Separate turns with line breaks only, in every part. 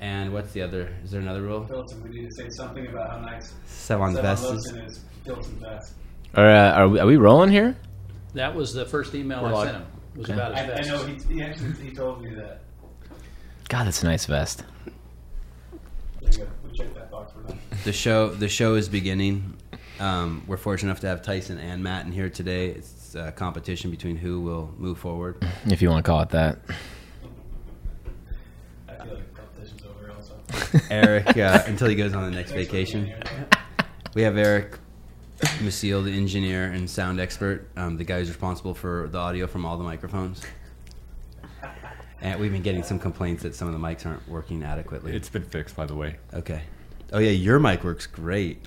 And what's the other? Is there another rule?
Filton, we need to say something about how nice
Sevon's
Stefan
best is.
Wilson is. Filton's best.
Are, uh, are, we, are we rolling here?
That was the first email
We're
I
like-
sent him. It was
Okay.
about
I,
his
I
best.
know he, he actually he told me that.
God, that's a nice vest.
There you go. uh, We checked that box for now.
The show the show is beginning. Um, we're fortunate enough to have Tyson and Matt in here today. It's a competition between who will move forward.
If you want to call it that.
I feel like the competition's over also.
Eric uh, until he goes on the next
Thanks for being
vacation.
here.
We have Eric Masil, the engineer and sound expert, um, the guy who's responsible for the audio from all the microphones. And we've been getting some complaints that some of the mics aren't working adequately.
It's been fixed, by the way.
okay. Oh yeah, your mic works great.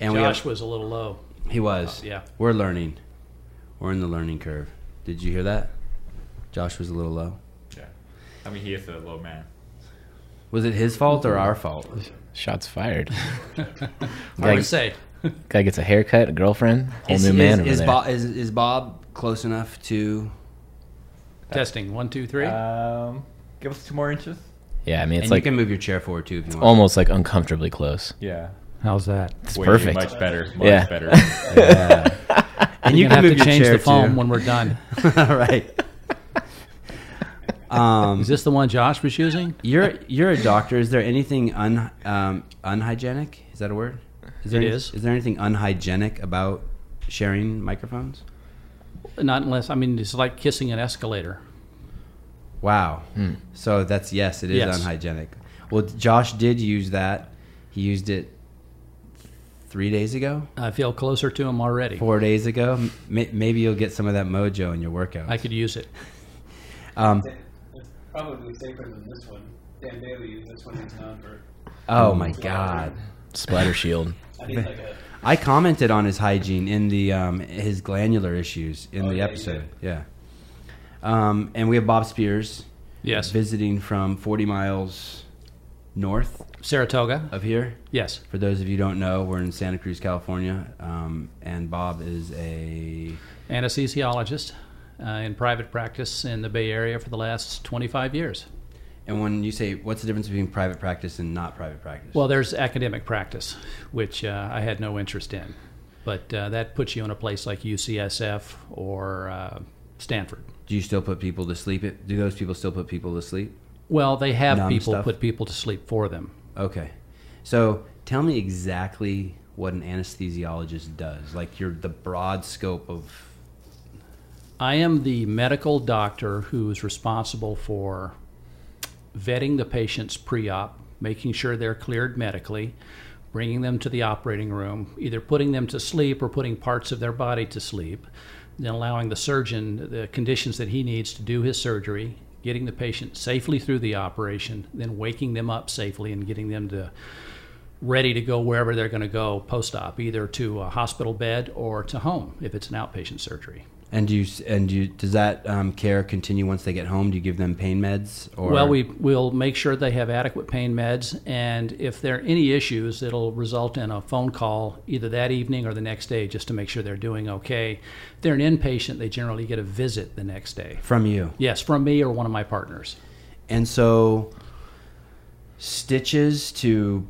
And we
Josh
have,
was a little low.
he was.
Oh, yeah.
We're learning. We're in the learning curve. Did you hear that? Josh was a little low.
Yeah. I mean, he is a low man.
Was it his fault or our fault?
Shots fired.
I
Like-
would say
Guy gets a haircut, a girlfriend, whole
Is,
new
is,
man over
is,
there.
Bob, is, is Bob close enough to?
testing one, two, three.
Uh,
Um, give us two more inches.
yeah, I mean, it's
and
like
you can move your chair forward too if you want.
almost like uncomfortably close.
Yeah.
How's that?
It's
Way
perfect.
Much better. Much
Yeah.
better.
Oh
and
You're
you can move
gonna have to
your
change
chair
the foam
too.
when we're done.
All right. Um,
Is this the one Josh was using?
you're you're a doctor. Is there anything un um, unhygienic? Is that a word? Is there
It
any-
is.
there anything unhygienic about sharing microphones?
Not unless I mean it's like kissing an escalator.
Wow. So that's yes, it is
Yes.
unhygienic. Well, Josh did use that. He used it three days ago,
I feel closer to him already.
four days ago. M- maybe you'll get some of that mojo in your workout.
I could use it.
um,
It's probably safer than this one. Dan Bailey used this one. He's known for.
oh my god.
Splatter shield.
I need like a.
I commented on his hygiene in the um, his glandular issues in
Oh,
the
yeah, you
episode. Yeah. Um, and we have Bob Spears
Yes.
visiting from 40 miles north
Saratoga.
of here.
Yes.
For those of you who don't know, we're in Santa Cruz, California, um, and Bob is a
Anesthesiologist uh, in private practice in the Bay Area for the last 25 years.
And when you say, what's the difference between private practice and not private practice?
Well, there's academic practice, which uh, I had no interest in, but uh, that puts you in a place like UCSF or uh, Stanford.
do you still put people to sleep? It do those people still put people to sleep?
Well, they have
Numb
people
stuff.
put people to sleep for them.
Okay, so tell me exactly what an anesthesiologist does. Like you're the broad scope of.
I am the medical doctor who is responsible for vetting the patients pre op, making sure they're cleared medically, bringing them to the operating room, either putting them to sleep or putting parts of their body to sleep, then allowing the surgeon the conditions that he needs to do his surgery, getting the patient safely through the operation, then waking them up safely and getting them to ready to go wherever they're going to go post op, either to a hospital bed or to home if it's an outpatient surgery.
And do you and do you does that um, care continue once they get home? Do you give them pain meds? Or
Well, we will make sure they have adequate pain meds, and if there are any issues, it'll result in a phone call either that evening or the next day just to make sure they're doing okay. If they're an inpatient, they generally get a visit the next day.
from you.
Yes, from me or one of my partners.
And so, stitches to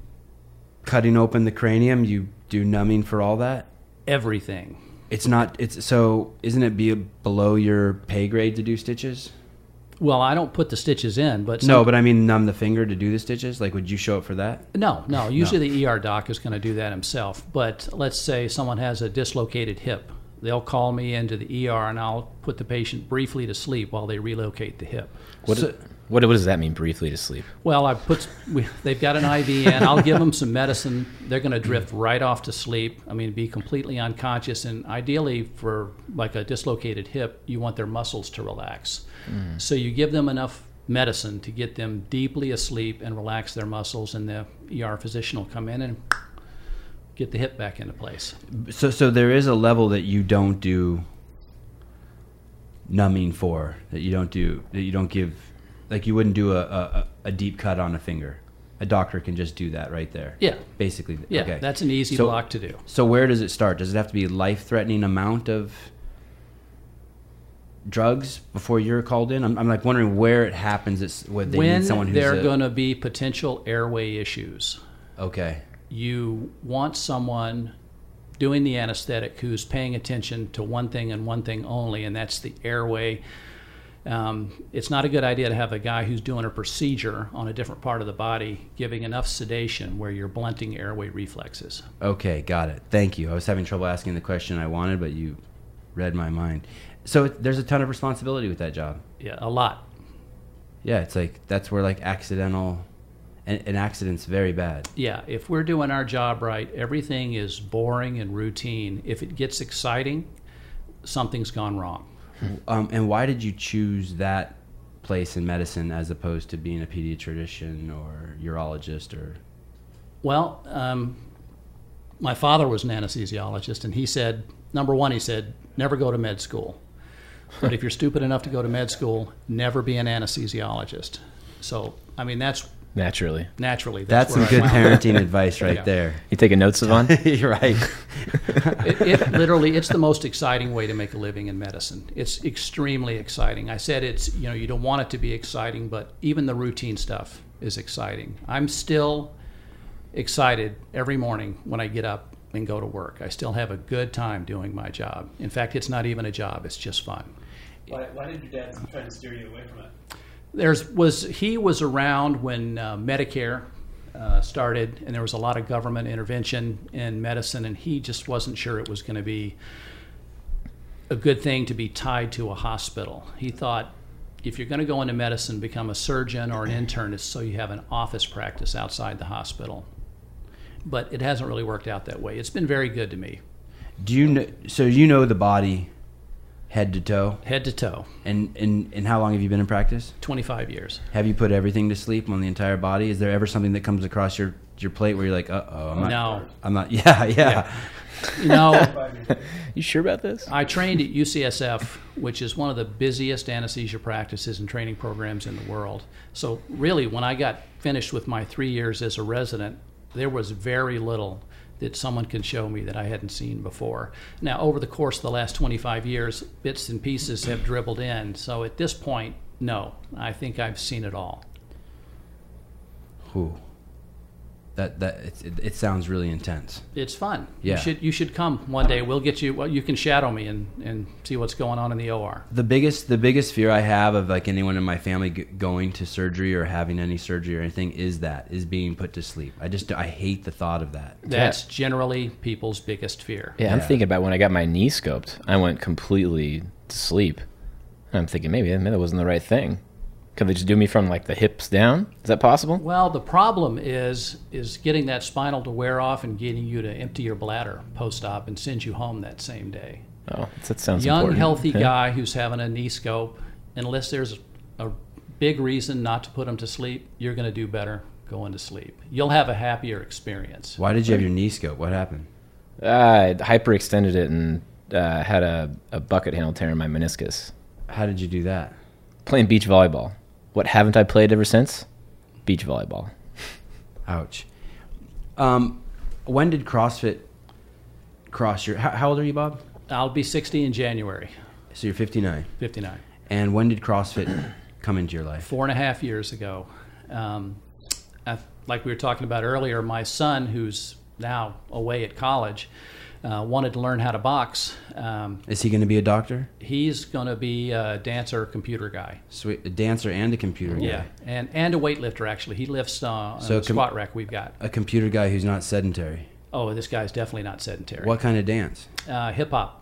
cutting open the cranium. You do numbing for all that.
Everything.
It's not. It's so. Isn't it be below your pay grade to do stitches?
Well, I don't put the stitches in, but some-
No, but I mean numb the finger to do the stitches. Like, would you show up for that?
No, no. Usually the ER doc is going to do that himself. But let's say someone has a dislocated hip. They'll call me into the ER and I'll put the patient briefly to sleep while they relocate the hip.
What,
So-
what, what does that mean, briefly to sleep?
Well, I put we, they've got an IV in. I'll give them some medicine. They're going to drift right off to sleep. I mean, be completely unconscious. And ideally, for like a dislocated hip, you want their muscles to relax.
Mm.
So you give them enough medicine to get them deeply asleep and relax their muscles. And the ER physician will come in and get the hip back into place.
So, so there is a level that you don't do numbing for that you don't do that you don't give. Like, you wouldn't do a a, a deep cut on a finger. A doctor can just do that right there.
Yeah.
Basically.
Yeah,
okay.
that's an easy
So-
block to do.
So where does it start? Does it have to be life threatening amount of drugs before you're called in? I'm, I'm like wondering where it happens. It's where they
when
need someone who's
there are
a-
going to be potential airway issues,
okay.
you want someone doing the anesthetic who's paying attention to one thing and one thing only, and that's the airway. Um, it's not a good idea to have a guy who's doing a procedure on a different part of the body giving enough sedation where you're blunting airway reflexes.
Okay, got it. Thank you. I was having trouble asking the question I wanted, but you read my mind. So it, there's a ton of responsibility with that job.
Yeah, a lot.
Yeah, it's like that's where like accidental, an, an accident's very bad.
Yeah, if we're doing our job right, everything is boring and routine. If it gets exciting, something's gone wrong.
Um, and why did you choose that place in medicine as opposed to being a pediatrician or urologist or?
Well, um, my father was an anesthesiologist, and he said, number one, he said, never go to med school. But if you're stupid enough to go to med school, never be an anesthesiologist. So, I mean, that's
Naturally.
naturally
That's
where
some
I
good
wound up.
parenting advice right
Yeah.
there.
You taking notes, Savon?
You're right.
it, it literally it's the most exciting way to make a living in medicine it's extremely exciting i said it's you know you don't want it to be exciting but even the routine stuff is exciting i'm still excited every morning when i get up and go to work i still have a good time doing my job in fact it's not even a job it's just fun
Why, why did your dad try to steer you away from it?
there's was he was around when uh, Medicare uh, started, and there was a lot of government intervention in medicine, and he just wasn't sure it was going to be a good thing to be tied to a hospital. He thought if you're going to go into medicine, become a surgeon or an internist, so you have an office practice outside the hospital. But it hasn't really worked out that way. It's been very good to me,
Do you know? So you know the body, head to toe,
head to toe.
and and and how long have you been in practice?
25 years.
Have you put everything to sleep on the entire body? Is there ever something that comes across your your plate where you're like, uh oh, I'm not,
No.
I'm not. Yeah, yeah,
You know,
Five years later.
You sure about this?
I trained at UCSF, which is one of the busiest anesthesia practices and training programs in the world. So, really, when I got finished with my three years as a resident, there was very little that someone can show me that I hadn't seen before. Now, over the course of the last 25 years, bits and pieces have dribbled in. So, at this point, no, I think I've seen it all.
Whew. That that it, it, it sounds really intense.
It's fun.
Yeah.
You should you should come one day. We'll get you. Well, you can shadow me and, and see what's going on in the OR.
The biggest the biggest fear I have of like anyone in my family g- going to surgery or having any surgery or anything is that is being put to sleep. I just I hate the thought of that.
That's generally people's biggest fear.
Yeah, I'm
Yeah.
thinking about when I got my knee scoped. I went completely to sleep. And I'm thinking maybe, maybe that wasn't the right thing. Could they just do me from like the hips down? Is that possible?
Well, the problem is is getting that spinal to wear off and getting you to empty your bladder post-op and send you home that same day.
Oh, that sounds
Young,
important.
healthy
Yeah.
guy who's having a knee scope, unless there's a big reason not to put him to sleep, you're going to do better going to sleep. You'll have a happier experience.
Why did you have your knee scope? What happened?
Uh, I hyperextended it and uh, had a, a bucket handle tear in my meniscus.
How did you do that?
Playing beach volleyball. What haven't I played ever since? Beach volleyball.
Ouch. Um, when did CrossFit cross your? How, how old are you, Bob?
I'll be 60 in January,
So you're 59.
59.
And when did CrossFit come into your life?
four and a half years ago. Um, I, like we were talking about earlier, my son, who's now away at college, uh, wanted to learn how to box. Um,
Is he going to be a doctor?
he's going to be a dancer, computer guy.
Sweet, a dancer and a computer guy.
and and a weightlifter actually. He lifts uh, on
So
the
com-
squat rack we've got.
A computer guy who's not sedentary.
Oh, this guy's definitely not sedentary.
What kind of dance?
Uh, Hip hop.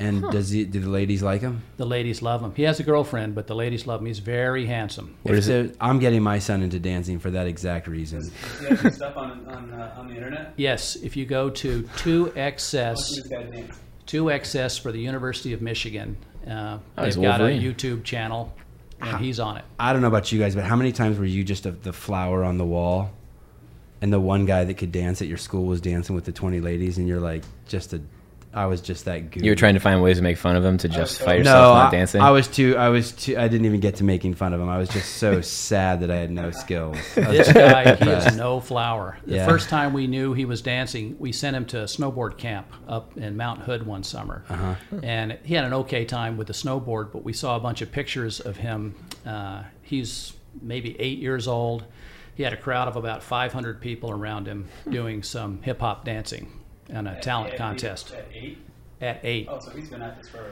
And does he, do the ladies like him?
The ladies love him. He has a girlfriend, but the ladies love him. He's very handsome.
If there- I'm getting my son into dancing for that exact reason.
Does he have some stuff on, on, uh, on the internet?
Yes, if you go to two
What's
xs
his dad's name?
two XS for the University of Michigan. Uh,
Oh, he's
they've got a
Wolverine.
YouTube channel, and he's on it.
I don't know about you guys, but how many times were you just a, the flower on the wall? And the one guy that could dance at your school was dancing with the 20 ladies, and you're like, just a, I was just that goofy.
You were trying to find ways to make fun of him to justify
No,
yourself not dancing.
I, I was too. I was too. I didn't even get to making fun of him. I was just so sad that I had no skills. I was
This
just
guy, he
depressed.
is no flower. The
Yeah.
first time we knew he was dancing, we sent him to a snowboard camp up in Mount Hood one summer. And he had an okay time with the snowboard, but we saw a bunch of pictures of him. Uh, he's maybe eight years old. He had a crowd of about 500 people around him doing some hip hop dancing and a talent
At eight-
contest
At eight?
at eight.
Oh, so he's been at this for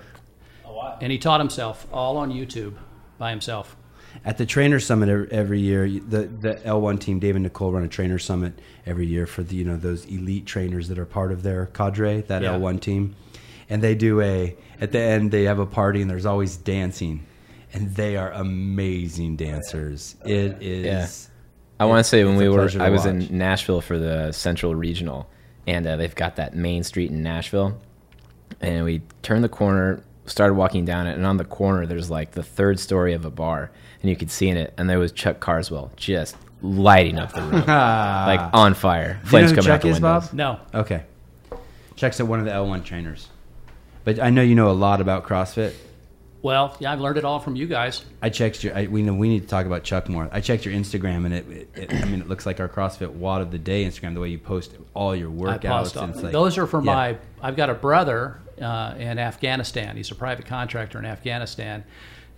a while.
And he taught himself all on YouTube by himself.
At the trainer summit ev- every year, you- the the L1 team, Dave and Nicole, run a trainer summit every year for the you know those elite trainers that are part of their cadre, that
Yeah.
L1 team, and they do a at the end they have a party and there's always dancing, and they are amazing dancers. It is.
I want to say when
it's a
we were,
pleasure to
I was
watch.
in Nashville for the Central Regional, and uh, they've got that main street in Nashville, and we turned the corner, started walking down it, and on the corner there's like the third story of a bar, and you could see in it, and there was Chuck Carswell just lighting up the room, Ah. like on fire,
Ah. Do you know
flames
who
coming
Chuck
out the
is,
windows.
Bob?
No,
Okay. Chuck's at one of the L1 trainers. But I know you know a lot about CrossFit.
well, yeah, I've learned it all from you guys.
I checked your. I, we know we need to talk about Chuck more. I checked your Instagram, and it, it, it. I mean, it looks like our CrossFit Wad of the Day Instagram. The way you post all your
I paused
workouts.
off.
And it's like,
Those are for
Yeah.
my. I've got a brother uh, in Afghanistan. He's a private contractor in Afghanistan,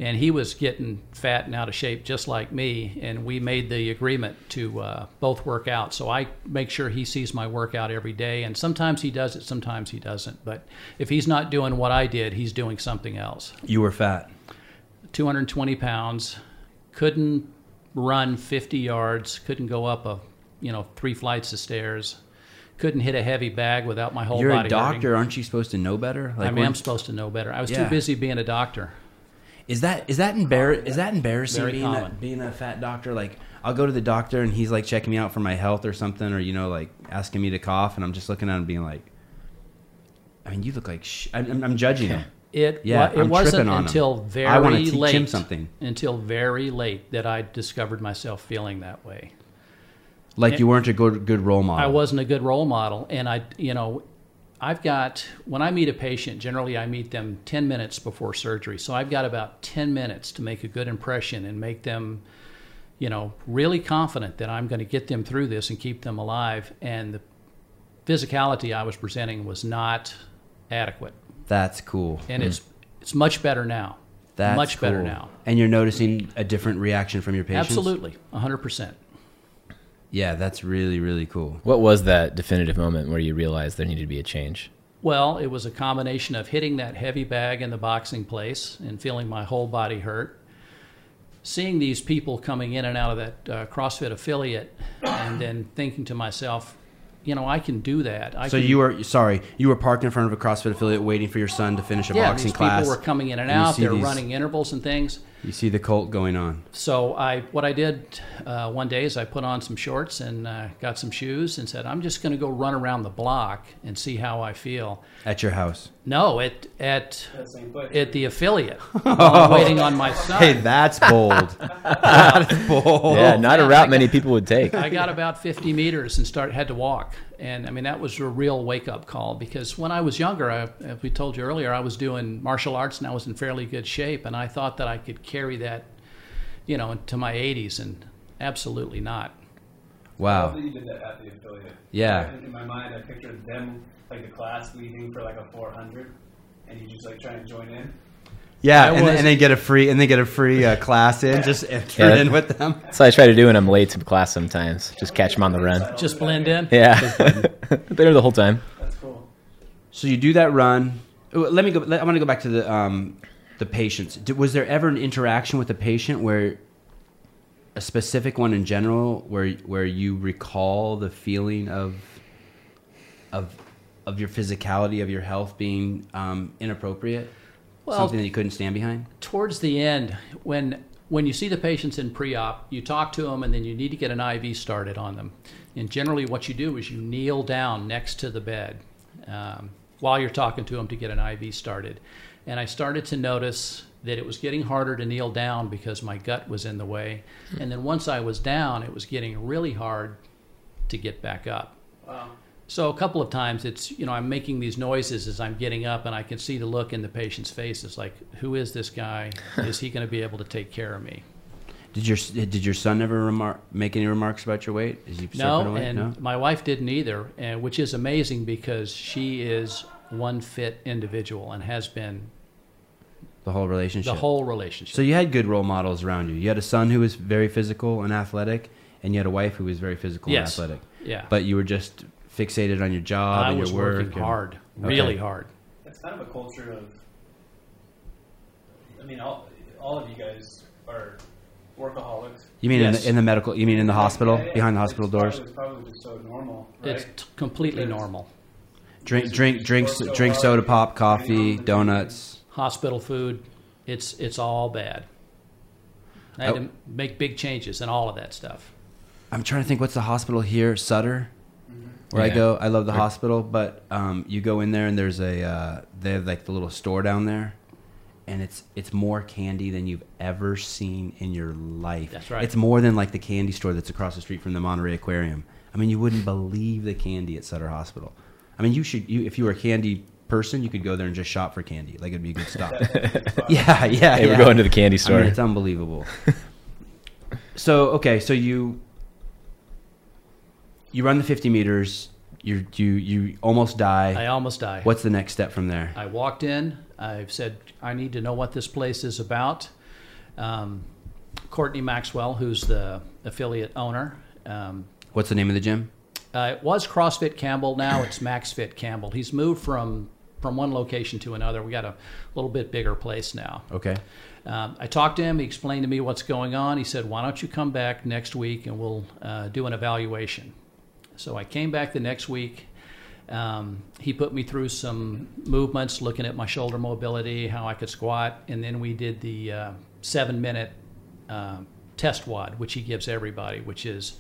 and he was getting fat and out of shape just like me. And we made the agreement to uh, both work out. So I make sure he sees my workout every day. And sometimes he does it, sometimes he doesn't. But if he's not doing what I did, he's doing something else.
You were fat.
220 pounds, couldn't run 50 yards, couldn't go up a, you know, three flights of stairs, couldn't hit a heavy bag without my whole
You're
body.
a
hurting.
doctor, aren't you supposed to know better?
I mean,
when-
I'm supposed to know better. I was
Yeah.
too busy being a doctor.
Is that is that embar- is that embarrassing
Very
being a,
common.
being a fat doctor? Like I'll go to the doctor and he's like checking me out for my health or something, or you know, like asking me to cough, and I'm just looking at him being like, I mean, you look like sh-. I'm, I'm, I'm judging him.
It
Yeah,
yeah, it
I'm
wasn't
tripping on 'em.
until very
I wanna teach him
late
something.
until very late that I discovered myself feeling that way.
Like you weren't a good good role model.
I wasn't a good role model, and I, you know, I've got when I meet a patient. Generally, I meet them ten minutes before surgery, so I've got about ten minutes to make a good impression and make them, you know, really confident that I'm going to get them through this and keep them alive. And the physicality I was presenting was not adequate,
That's cool.
and it's it's much better now.
Hmm. That's
much better
cool.
now.
And you're noticing a different reaction from your patients.
Absolutely, hundred percent.
Yeah, that's really really cool.
What was that definitive moment where you realized there needed to be a change?
Well, it was a combination of hitting that heavy bag in the boxing place and feeling my whole body hurt. Seeing these people coming in and out of that uh, CrossFit affiliate, and then thinking to myself, you know, I can do that. I
So
can,
you were sorry, you were parked in front of a CrossFit affiliate waiting for your son to finish a
yeah,
boxing
these
class.
people were coming in and,
and you
out.
see
They're
these-
running intervals and things.
You see the cult going on.
So I, what I did uh, one day is I put on some shorts and uh, got some shoes and said, I'm just going to go run around the block and see how I feel.
At your house.
No, at at
That same place.
at the affiliate, while I'm waiting on my son.
Hey, that's bold. that's bold.
yeah, not
yeah,
a route many people would take.
I got about 50 meters and start had to walk. And I mean, that was a real wake up call because when I was younger, I, as we told you earlier, I was doing martial arts and I was in fairly good shape. And I thought that I could carry that, you know, into my 80s. And absolutely not.
I
Wow.
think you did that at the affiliate.
Oh. Yeah.
In my mind, I pictured them, like the class leaving for like a 400, and you just like try and join in.
Yeah,
I
and, then,
was-
and then get a free and then get a free uh, class in just and turn
Yeah.
in with them.
That's what I try to do when I'm late to class sometimes. Just catch them on the run.
Just blend in.
Yeah, I've been here the whole time.
That's cool.
So you do that run. Oh, Let me go. Let, I want to go back to the um, the patients. Did, was there ever an interaction with a patient where a specific one in general, where where you recall the feeling of of of your physicality of your health being um, inappropriate,
Well-
something that you couldn't stand behind?
towards the end when when you see the patients in pre-op you talk to them and then you need to get an iv started on them and generally what you do is you kneel down next to the bed um, while you're talking to them to get an iv started and i started to notice that it was getting harder to kneel down because my gut was in the way and then once i was down it was getting really hard to get back up
Wow.
So a couple of times, it's you know I'm making these noises as I'm getting up, and I can see the look in the patient's face. It's like, who is this guy? is he going to be able to take care of me?
Did your did your son ever remark make any remarks about your weight? Is he
no,
away?
and
no.
my wife didn't either, and which is amazing because she is one fit individual and has been
The whole relationship.
the whole relationship.
So you had good role models around you. You had a son who was very physical and athletic, and you had a wife who was very physical
Yes.
and athletic.
yeah,
But you were just fixated on your job
I
and
was
your work.
working
and-
hard,
Okay.
really hard.
That's kind of a culture of. I mean, all all of you guys are workaholics.
You mean in,
Yes.
the, in the medical? You mean in the hospital,
Yeah, yeah,
behind the
it's
hospital
probably-
doors?
It's probably just so normal, right?
It's t- completely
Yes.
normal.
Drink,
It's-
drink,
it's
drinks,
worked so
drink
hard.
soda pop, coffee,
Yeah.
donuts.
Hospital food, it's it's all bad. I had
Oh.
to make big changes and all of that stuff.
I'm trying to think what's the hospital here, Sutter, where I
Yeah.
go. I love the
Or-
hospital, but um, you go in there and there's a uh, they have like the little store down there, and it's it's more candy than you've ever seen in your life.
That's right.
It's more than like the candy store that's across the street from the Monterey Aquarium. I mean, you wouldn't believe the candy at Sutter Hospital. I mean, you should you if you were a candy person, you could go there and just shop for candy. Like it'd be a good stop. yeah, yeah.
Hey,
yeah.
we're going to the candy store.
I mean, it's unbelievable. so okay, so you you run the fifty meters. You you you almost
I
die.
almost died.
What's the next step from there?
I walked in. I've said, I need to know what this place is about. Um, Courtney Maxwell, who's the affiliate owner, um,
What's the name of the gym?
uh, it was CrossFit Campbell. Now it's MaxFit Campbell. He's moved from from one location to another. We got a little bit bigger place now.
Okay.
Um, I talked to him. He explained to me what's going on. He said, "Why don't you come back next week and we'll uh, do an evaluation?" So I came back the next week. Um, he put me through some movements, looking at my shoulder mobility, how I could squat, and then we did the uh, seven-minute uh, test wad, which he gives everybody, which is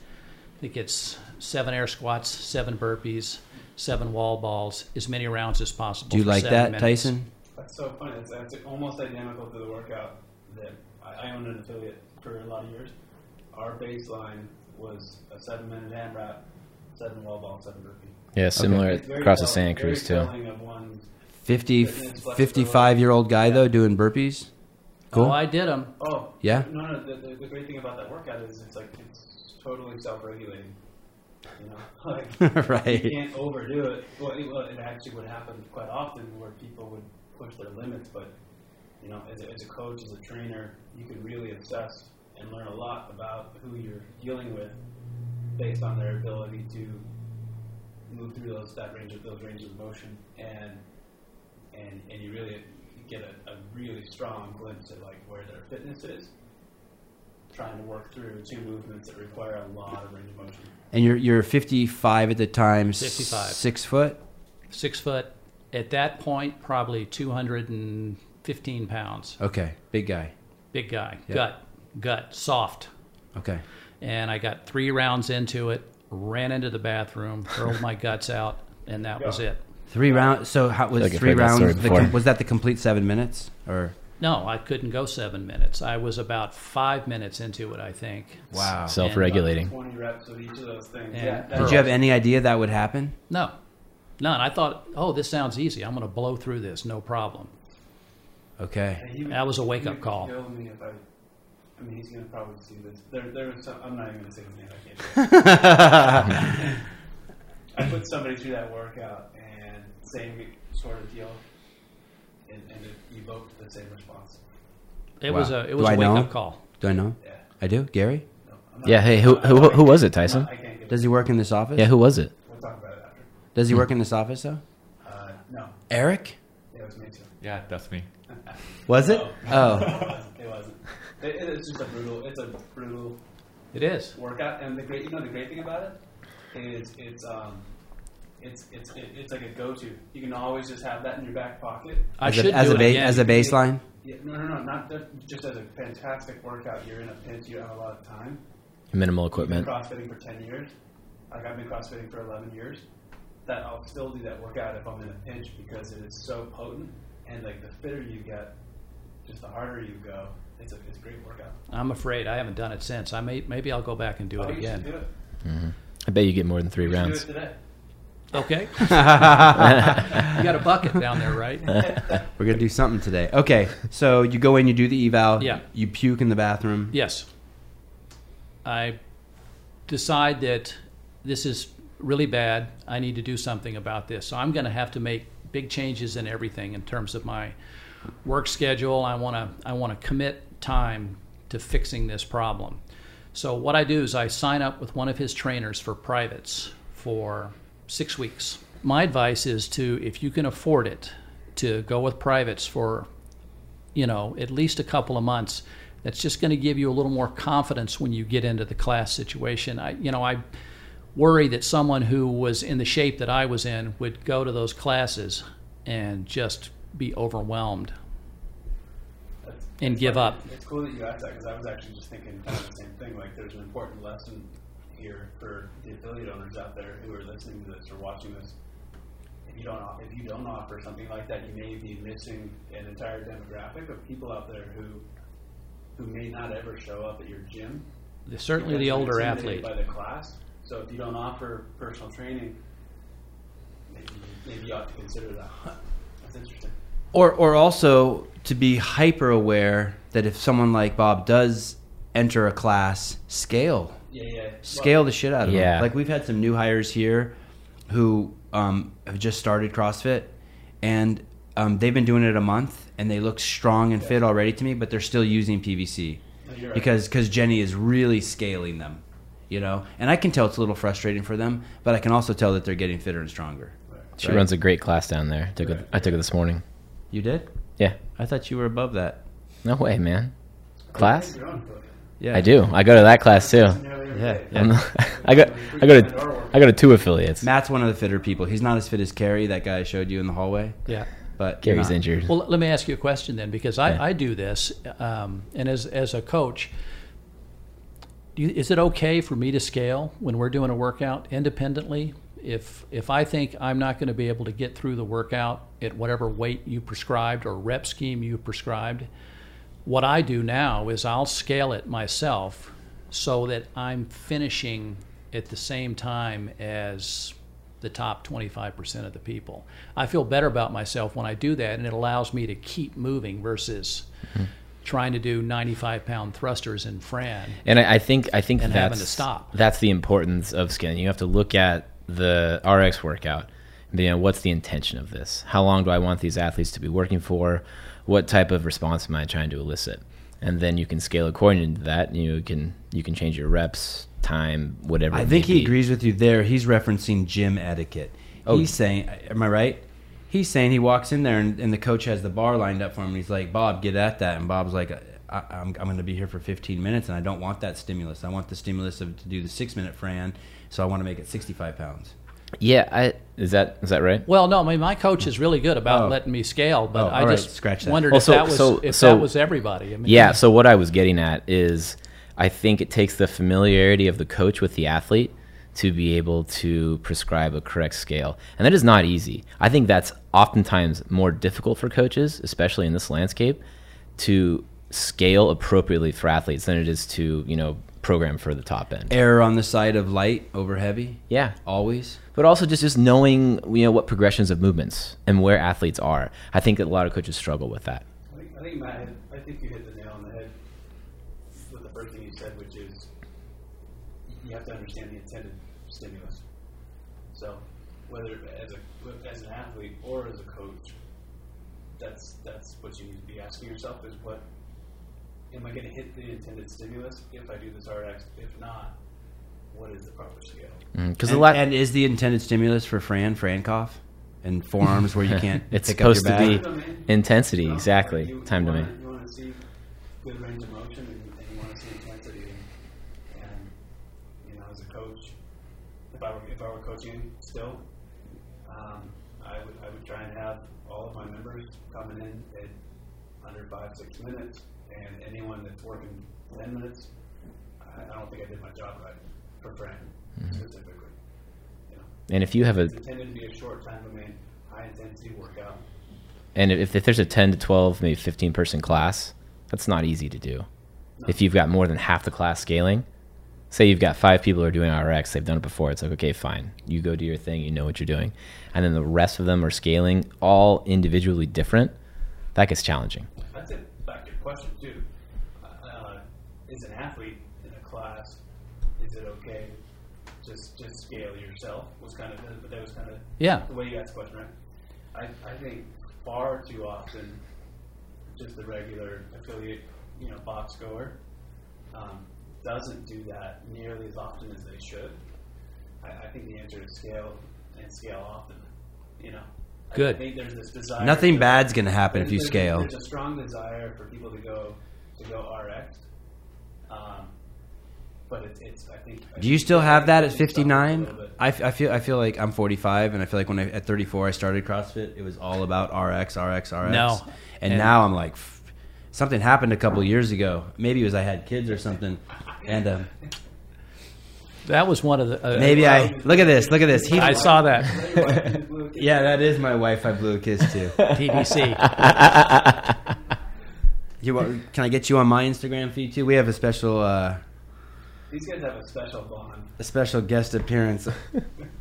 I think it's seven air squats, seven burpees, seven wall balls, as many rounds as possible.
Do you
for
like
seven
that,
minutes.
Tyson?
That's so funny. It's, it's almost identical to the workout that I, I owned an affiliate for a lot of years. Our baseline was a seven minute AMRAP, seven wall ball, seven burpee.
yeah, similar
It's very
across the
telling-
Santa Cruz
very
too.
telling of one's-
50,
Fitness, flexibility.
55 year old guy though doing burpees. Cool.
Oh, I did them.
Oh
Yeah?
No, no. The, the, the great thing about that workout is it's like it's totally self-regulating. You know, like you
right.
can't overdo it. Well, it, well, it actually would happen quite often where people would push their limits, but you know, as a, as a coach, as a trainer, you can really assess and learn a lot about who you're dealing with based on their ability to move through those that range of those ranges of motion, and and and you really get a, a really strong glimpse at like where their fitness is. Trying to work through two movements that require a lot of range of motion.
And you're you're 55 at the time. s-
55.
Six foot.
six foot at that point probably 215 pounds
Okay, big guy.
big guy
Yeah.
gut gut soft
Okay.
and i got three rounds into it ran into the bathroom hurled my guts out and that was it
Three rounds. So how was
like I've
three
heard that story
rounds? The, com-
before.
was that the complete seven minutes or?
no i couldn't go seven minutes i was about five minutes into it i think
Wow.
Self-regulating.
About 20 reps of each of those things.
Yeah.
Yeah.
Did you have any idea that would happen?
no none i thought oh this sounds easy i'm going to blow through this no problem
Okay.
any?
That was a wake-up call.
Kill me if I. I mean, he's gonna probably see this. There, there was some. I'm not even gonna say his name. I can't. do it. I put somebody through that workout and same sort of deal, and, and it evoked the same response.
it
Wow.
was a it
Do
was
I
a
know?
wake-up call
Do I know?
Yeah.
I do. Gary?
No, I'm not,
Yeah. Hey, who who who was it,
I'm
Tyson?
not, I can't give it.
Does he work in this office?
Yeah, who was it?
We'll talk about it after.
Does
Hmm.
he work in this office though?
Uh, no,
Eric?
it was me too.
Yeah, that's me.
Was it? Oh.
It wasn't. It wasn't. It, it's just a brutal. It's a brutal
it is
workout. And the great, you know, the great thing about it is it's um, it's it's it, it's like a go-to. You can always just have that in your back pocket.
i
as
should
a, as
do
a
it
ba-
again.
as a baseline.
Yeah, no, no, no, not that, just as a fantastic workout. You're in a pinch. You don't have a lot of time.
Minimal
I've been
equipment.
crossfitting for ten years. Like I've been crossfitting for eleven years. That I'll still do that workout if I'm in a pinch because it is so potent. And like the fitter you get, just the harder you go. It's a it's a great workout.
i'm afraid i haven't done it since i may maybe i'll go back and do
Oh,
it
you should
again
do it.
I bet you get more than three
You should do it
rounds.
today.
Okay. you got a bucket down there, right?
We're gonna do something today. Okay, so you go in, you do the eval.
Yeah.
You puke in the bathroom.
Yes. I decide that this is really bad. I need to do something about this. So I'm going to have to make big changes in everything in terms of my work schedule. I want to I want to commit time to fixing this problem. So what I do is I sign up with one of his trainers for privates for 6 weeks. My advice is to if you can afford it to go with privates for you know, at least a couple of months. That's just going to give you a little more confidence when you get into the class situation. I, you know, I worry that someone who was in the shape that I was in would go to those classes and just be overwhelmed.
That's-
And
it's
give
like-
up.
It's cool that you asked that because I was actually just thinking kind of the same thing. Like, there's an important lesson here for the affiliate owners out there who are listening to this or watching this. If you don't, off- if you don't offer something like that, you may be missing an entire demographic of people out there who, who may not ever show up at your gym.
The- Certainly the
because
older
they're
athlete.
intimidated By the class, so if you don't offer personal training, maybe, maybe you ought to consider that. That's interesting.
Or, or also to be hyper aware that if someone like Bob does enter a class, scale,
Yeah, yeah.
scale the shit out of
Yeah.
them. Like we've had some new hires here who um, have just started CrossFit, and um, they've been doing it a month, and they look strong and fit already to me, but they're still using PVC
Well, you're right.
because because Jenny is really scaling them, you know. And I can tell it's a little frustrating for them, but I can also tell that they're getting fitter and stronger.
She
Right.
runs a great class down there. I took it, I took it this morning.
You did?
Yeah.
I thought you were above that.
No way, man. Class?
Your own affiliate.
Yeah,
I do. I go to that class too.
Yeah,
I'm not- I go I go to I go to two affiliates.
Matt's one of the fitter people. He's not as fit as Carrie, that guy I showed you in the hallway.
Yeah.
But
Gary's
nah.
injured.
Well, let me ask you a question then, because I,
Yeah.
I do this, um, and as as a coach, do you, is it okay for me to scale when we're doing a workout independently? If if I think I'm not going to be able to get through the workout at whatever weight you prescribed or rep scheme you prescribed, what I do now is I'll scale it myself so that I'm finishing at the same time as the top 25% of the people. I feel better about myself when I do that, and it allows me to keep moving versus
Hmm.
trying to do 95 pound thrusters in Fran.
And I, I think I think
And
that's
having to stop.
that's the importance of skin. You have to look at the RX workout. and be, You know, what's the intention of this? How long do I want these athletes to be working for? What type of response am I trying to elicit? And then you can scale according to that. And you can you can change your reps, time, whatever.
I
it
think
may
he
be.
agrees with you there. He's referencing gym etiquette. He's saying, am I right? He's saying he walks in there and, and the coach has the bar lined up for him. And he's like, Bob, get at that. And Bob's like, I, I'm, I'm going to be here for 15 minutes and I don't want that stimulus. I want the stimulus of to do the six minute Fran. So I want to make it 65 pounds.
Yeah, I, is that is that right?
Well, no, I mean my coach is really good about
Oh.
letting me scale, but
Oh,
I
all right,
just
scratch that.
wondered
Well,
if
so-
that was
so-
if
so-
that was everybody. I mean,
Yeah. So what I was getting at is, I think it takes the familiarity of the coach with the athlete to be able to prescribe a correct scale, and that is not easy. I think that's oftentimes more difficult for coaches, especially in this landscape, to scale appropriately for athletes than it is to you know program for the top end.
Error on the side of light over heavy.
Yeah,
Always.
but also just just knowing you know what progressions of movements and where athletes are. I think that a lot of coaches struggle with that.
I think, I think Matt, hit- I think you hit the nail on the head with the first thing you said, which is you have to understand the intended stimulus. So, whether as a as an athlete or as a coach, that's that's what you need to be asking yourself: is what am I going to hit the intended stimulus if I do this RX? If not, what is the proper scale?
Because
And,
Mm, a lot
and is the intended stimulus for Fran, Francoff? And forearms where you can't
It's
pick up
supposed
your
to
bag?
be-
You know what I mean?
intensity
You know,
exactly
like you-
time
you
to me.
wanna- You want to see good range of motion and, and you want to see intensity. And, and, you know, as a coach, if I were, if I were coaching still, um, I would, I would try and have all of my members coming in at under five, six minutes. And anyone that's working 10 minutes, I, I don't think I did my job right for Fran
Mm-hmm.
specifically. You know,
And if you have a
it's intended to be a short time domain, high intensity workout.
and if, if there's a 10 to 12 maybe 15 person class that's not easy to do if you've got more than half the class scaling say you've got five people who are doing RX, they've done it before. It's like, okay, fine. You go do your thing, you know what you're doing. And then the rest of them are scaling, all individually different. That gets challenging.
That's a back to your question too. Uh, is an athlete in a class? Is it okay? Just just scale yourself was kind of the, that was kind of
Yeah.
the way you asked the question, right? I I think far too often, just the regular affiliate you know box goer um, doesn't do that nearly as often as they should. I, I think the answer is scale and scale often. You know, I-
Good.
I think there's this desire.
Nothing
to-
bad's gonna happen if you
there's-
scale.
There's a strong desire for people to go to go RX, um, but it's, it's I think. I
Do you
think
still
that
have that at
it's softened a
59?
little bit.
I, f- I feel I feel like I'm 45, and I feel like when I, at 34 I started CrossFit, it was all about RX, RX, RX.
No.
and,
And-
now I'm like, f- something happened a couple years ago. Maybe it was I had kids or something, and um,
That was one of the. Uh,
maybe I look at this, look at this. He,
I saw that.
yeah, that is my wife. I blew a kiss to.
TBC.
You want, can I get you on my Instagram feed too? We have a special uh,
These guys have a special bond.
a special guest appearance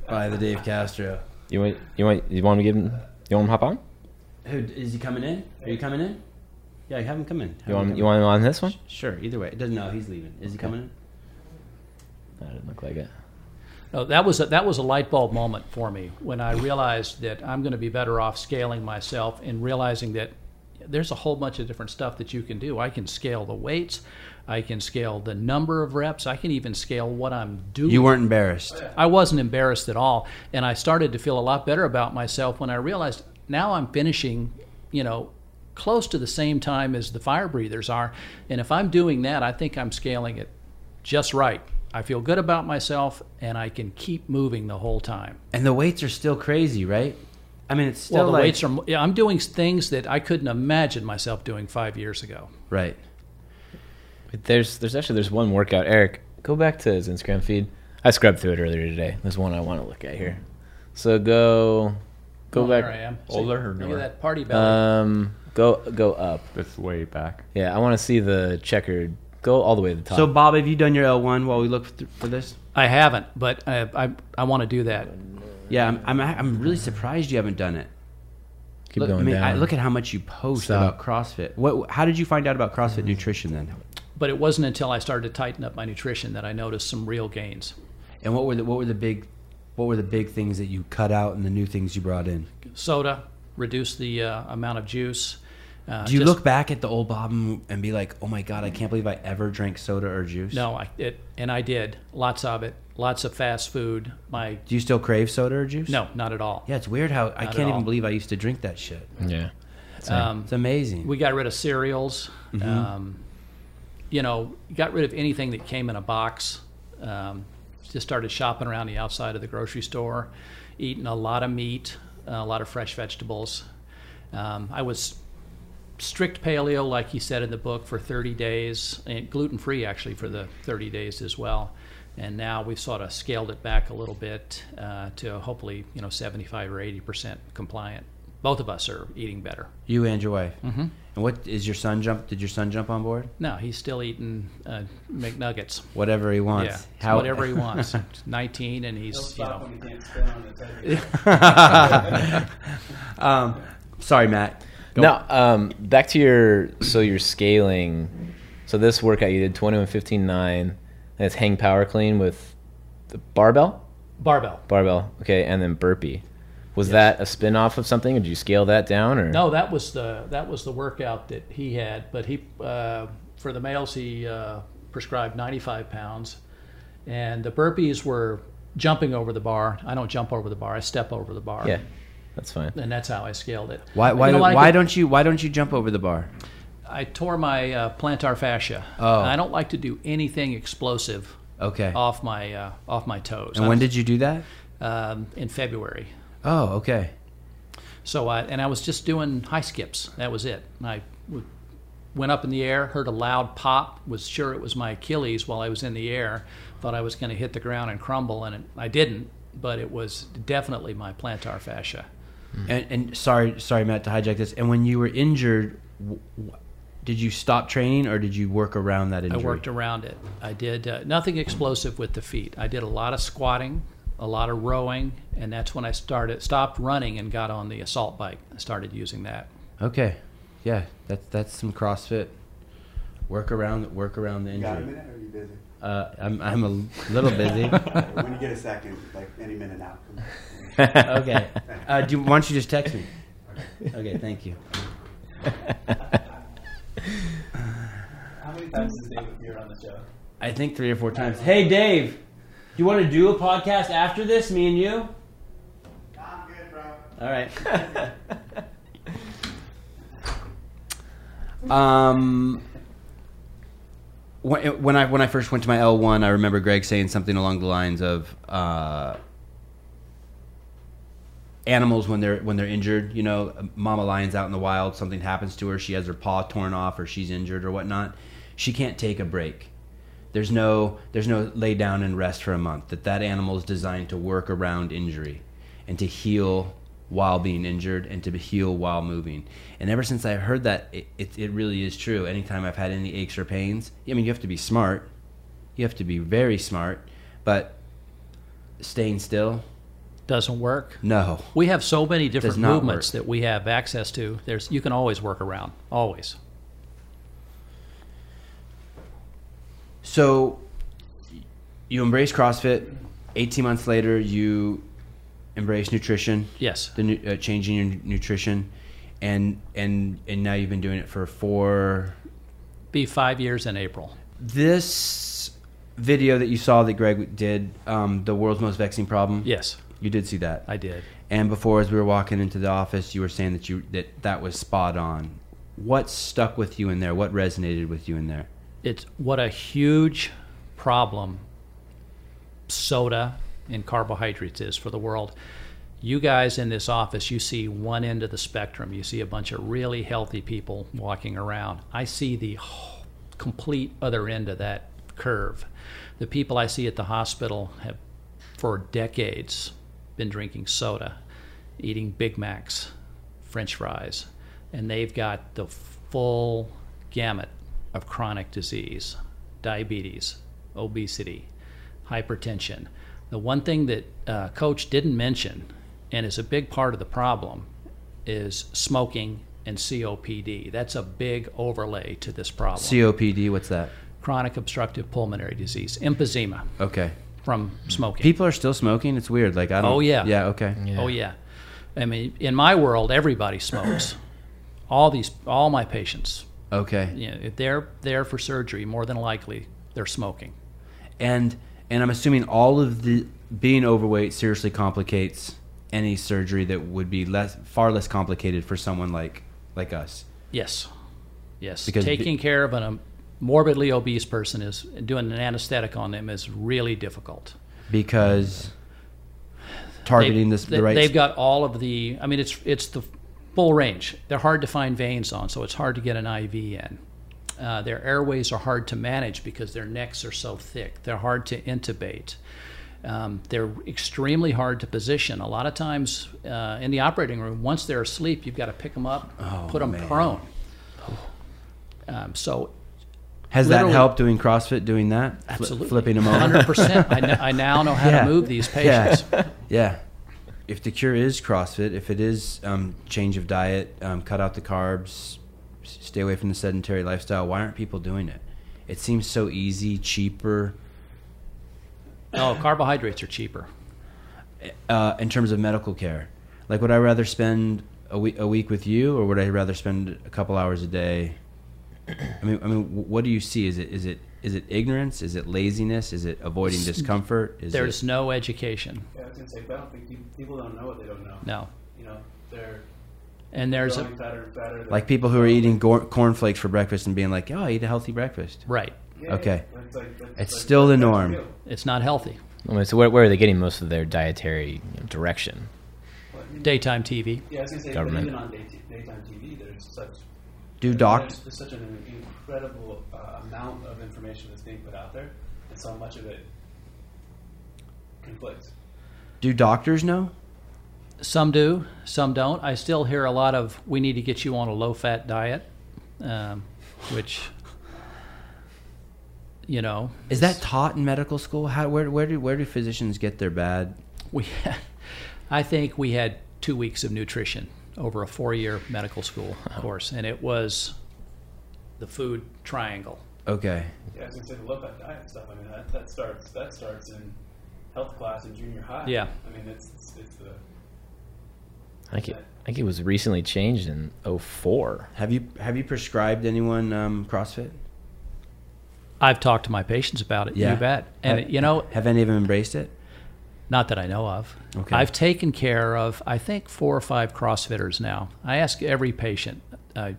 by the Dave Castro.
You want you want you want to give him you want him to hop on?
Who is he coming in? Are you coming in? Yeah, have him come in. Have
You
him
want
come
you want him on this one?
Sure. Either way, it doesn't. No, he's leaving. Is he coming in?
That didn't look like it.
No, Uh, that was a, that was a light bulb moment for me when I realized that I'm going to be better off scaling myself and realizing that there's a whole bunch of different stuff that you can do. I can scale the weights, I can scale the number of reps, I can even scale what I'm doing.
You weren't embarrassed.
I wasn't embarrassed at all, and I started to feel a lot better about myself when I realized now I'm finishing, you know, close to the same time as the fire breathers are, and if I'm doing that, I think I'm scaling it just right. I feel good about myself, and I can keep moving the whole time.
And the weights are still crazy, right? I mean, it's still
well, the
like
weights are. Yeah, I'm doing things that I couldn't imagine myself doing five years ago.
right.
But there's there's actually there's one workout. Eric, go back to his Instagram feed. I scrubbed through it earlier today. There's one I want to look at here. So go go
Oh,
back.
There I am. See,
Older or
Look
newer?
at that party belly.
Um, go go up.
That's way back.
Yeah, I want to see the checkered. Go all the way to the top.
So, Bob, have you done your L one while we look th- for this?
I haven't, but I I, I want to do that.
Yeah, I'm. I'm, I'm really surprised you haven't done it.
keep
look,
going
I mean,
down.
I, look at how much you post
Stop.
about
Mm-hmm.
CrossFit. What? How did you find out about CrossFit nutrition then?
But it wasn't until I started to tighten up my nutrition that I noticed some real gains.
And what were the what were the big what were the big things that you cut out and the new things you brought in?
soda, reduce the uh, amount of juice. Uh,
Do you
just-
look back at the old Bob and and be like, "Oh my god, I can't believe I ever drank soda or juice"?
No, I it, and I did lots of it, lots of fast food. My
Do you still crave soda or juice?
no, not at all.
Yeah, it's weird how I
at
can't
all.
even believe I used to drink that shit.
yeah.
Um,
It's amazing.
we got rid of cereals. Um, you know, got rid of anything that came in a box. Um, just started shopping around the outside of the grocery store, eating a lot of meat, uh, a lot of fresh vegetables. Um, I was strict paleo, like he said in the book, for 30 days, and gluten free actually for the 30 days as well. And now we've sort of scaled it back a little bit uh, to hopefully, you know, 75 or 80% compliant. Both of us are eating better.
you and your wife. Mm-hmm. And what is your son jump? Did your son jump on board?
No, he's still eating uh, McNuggets.
Whatever he
yeah,
wants.
it's whatever he wants. He's 19, and
He'll
he's you
stop
know.
when he can't stand on his head.
um, sorry, Matt.
Now, um, back to your so you're scaling. So this workout you did 21, 15, 9, and it's hang power clean with the barbell,
barbell.
barbell. Okay, and then burpee. Was that a spin off of something, or did you scale that down? Or
No, that was the that was the workout that he had. But he uh, for the males he uh, prescribed 95 pounds, and the burpees were jumping over the bar. I don't jump over the bar. I step over the bar.
Yeah, that's fine.
And that's how I scaled it.
Why? Why?
You know what, I
why
could-
don't you? Why don't you jump over the bar?
I tore my uh, plantar fascia?
Oh.
And I don't like to do anything explosive
Okay.
off my uh, off my toes.
and when did you do that?
um, in February.
Oh, okay.
So I and I was just doing high skips. That was it. And I w- went up in the air, heard a loud pop, was sure it was my Achilles while I was in the air. Thought I was going to hit the ground and crumble, and it, I didn't. But it was definitely my plantar fascia.
And, and sorry, sorry, Matt, to hijack this. And when you were injured, w- w- Did you stop training or did you work around that
I
injury?
worked around it. I did uh, nothing explosive with the feet. I did a lot of squatting, a lot of rowing, and that's when I started stopped running and got on the assault bike. I started using that.
Okay, yeah, that's that's some CrossFit. Work around work around the
You got a
injury.
minute or are you busy?
Uh, I'm I'm a little busy.
Okay, when you get a second, like any minute now.
okay, uh, do you, why don't you just text me? Okay, thank you.
How many times does Dave appear on the show?
I think three or four times. Hey, Dave, you want to do a podcast after this, me and you?
I'm good, bro.
All right. um, when, when I when I first went to my L one, I remember Greg saying something along the lines of uh, animals when they're when they're injured. You know, mama lion's out in the wild, something happens to her, she has her paw torn off, or she's injured, or whatnot. She can't take a break. There's no there's no lay down and rest for a month. That that animal is designed to work around injury and to heal while being injured and to heal while moving. And ever since I heard that, it, it, it really is true. Anytime I've had any aches or pains, I mean, you have to be smart. You have to be very smart, but staying still,
Doesn't work.
no.
We have so many different
not
movements
work.
that we have access to. There's you can always work around. Always.
So you embrace CrossFit. 18 months later, you embrace nutrition.
Yes.
the nu- uh, changing your nutrition, and and and now you've been doing it for four.
Be five years in April.
This video that you saw that Greg did, um, the world's most vexing problem.
Yes,
you did see that.
I did.
and before, as we were walking into the office, you were saying that you that that was spot on. What stuck with you in there? What resonated with you in there?
it's what a huge problem soda and carbohydrates is for the world. You guys in this office, you see one end of the spectrum. You see a bunch of really healthy people walking around. I see the wh- complete other end of that curve. The people I see at the hospital have, for decades, been drinking soda, eating Big Macs, French fries, and they've got the full gamut of chronic disease, diabetes, obesity, hypertension. The one thing that uh, Coach didn't mention, and is a big part of the problem, is smoking and COPD. That's a big overlay to this problem.
COPD. What's that?
chronic obstructive pulmonary disease, emphysema
Okay.
from smoking.
People are still smoking. It's weird. Like I don't.
Oh, yeah.
Yeah. Okay.
Oh yeah, I mean, in my world, everybody smokes. all these, all my patients,
Okay.
you know, if they're there for surgery, more than likely they're smoking.
and and I'm assuming all of the being overweight seriously complicates any surgery that would be less far less complicated for someone like like us.
Yes, yes.
Because the-
Taking care of an, um morbidly obese person is doing an anesthetic on them is really difficult.
because targeting
They-
this
they-
the right
They've got all of the. I mean, it's it's the full range. They're hard to find veins on, so it's hard to get an IV in. Uh, their airways are hard to manage because their necks are so thick. They're hard to intubate. Um, they're extremely hard to position. A lot of times uh, in the operating room, once they're asleep, you've got to pick them up,
Oh,
put them
man.
prone. Um, so
has that
literally-
helped doing CrossFit doing that Fli-
absolutely,
flipping them
hundred
over
percent. I, kn- I now know how
Yeah.
to move these
Yeah.
patients.
yeah if the cure is CrossFit if it is um, change of diet um, cut out the carbs s- stay away from the sedentary lifestyle why aren't people doing it it seems so easy cheaper
No, Oh, carbohydrates are cheaper.
uh, in terms of medical care? Like, would I rather spend a week a week with you, or would I rather spend a couple hours a day? I mean, I mean, wh- what do you see? Is it is it is it ignorance? Is it laziness? Is it avoiding discomfort? Is
There's
it,
no education.
Yeah, I was gonna say, but I don't think people, people don't know what they don't know.
No.
You know, they're
And there's a
growing fatter and fatter.
like people who are eating gor- cornflakes for breakfast and being like, "Oh, I eat a healthy breakfast."
right.
Yeah,
okay.
that's like- that's
It's
like-
still the
that's
norm.
real.
It's not healthy.
I mean, so where, where are they getting most of their dietary you know, direction?
But,
Daytime TV.
yeah, I was gonna say,
Government.
but even on day daytime TV, there's such
Do
I mean,
doc?
There's, there's such an incredible uh, amount of information that's being put out there, and so much of it conflicts.
Do doctors know?
Some do, some don't. I still hear a lot of, we need to get you on a low fat diet. Um, which, you know,
Is that taught in medical school? How where where do where do physicians get their bad?
we had, I think we had two weeks of nutrition over a four year medical school course, and it was the food triangle.
Okay,
Yeah, I was gonna say the low fat diet stuff. I mean, that, that starts that starts in health class in junior high.
Yeah.
I mean, it's it's, it's the
I think, it, I think it was recently changed in 04.
have you have you prescribed anyone um, CrossFit?
I've talked to my patients about it.
Yeah.
You bet. And
Have-
you know,
Have any of them embraced it?
Not that I know of.
Okay.
I've taken care of, I think, four or five CrossFitters now. I ask every patient uh,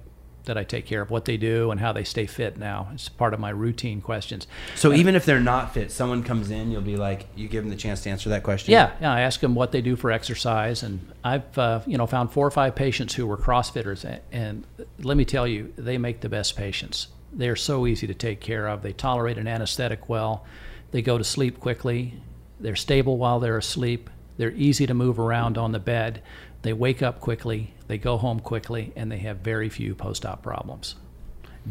that I take care of what they do and how they stay fit now. It's part of my routine questions.
So even if they're not fit, someone comes in, you'll be like, you give them the chance to answer that question.
Yeah, yeah. I ask them what they do for exercise, and I've uh, you know found four or five patients who were CrossFitters, and, and let me tell you, they make the best patients. They are so easy to take care of. They tolerate an anesthetic well. They go to sleep quickly. They're stable while they're asleep. They're easy to move around on the bed. They wake up quickly. They go home quickly, and they have very few post-op problems.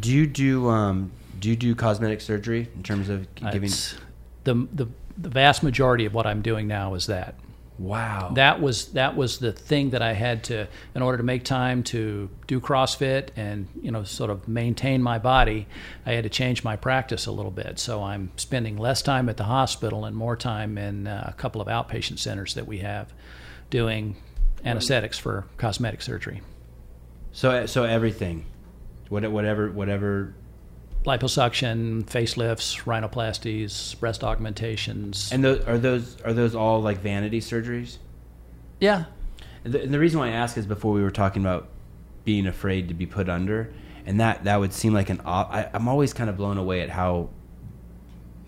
Do you do um, do you do cosmetic surgery in terms of giving?
Uh, It's- the, the the vast majority of what I'm doing now is that.
wow.
that was that was the thing that I had to in order to make time to do CrossFit and you know sort of maintain my body. I had to change my practice a little bit, so I'm spending less time at the hospital and more time in uh, a couple of outpatient centers that we have doing anesthetics for cosmetic surgery,
so so everything, what, whatever whatever,
liposuction, facelifts, rhinoplasties, breast augmentations.
and those, are those are those all like vanity surgeries?
yeah,
The, and the reason why I ask is before we were talking about being afraid to be put under, and that that would seem like an. Op- I, I'm always kind of blown away at how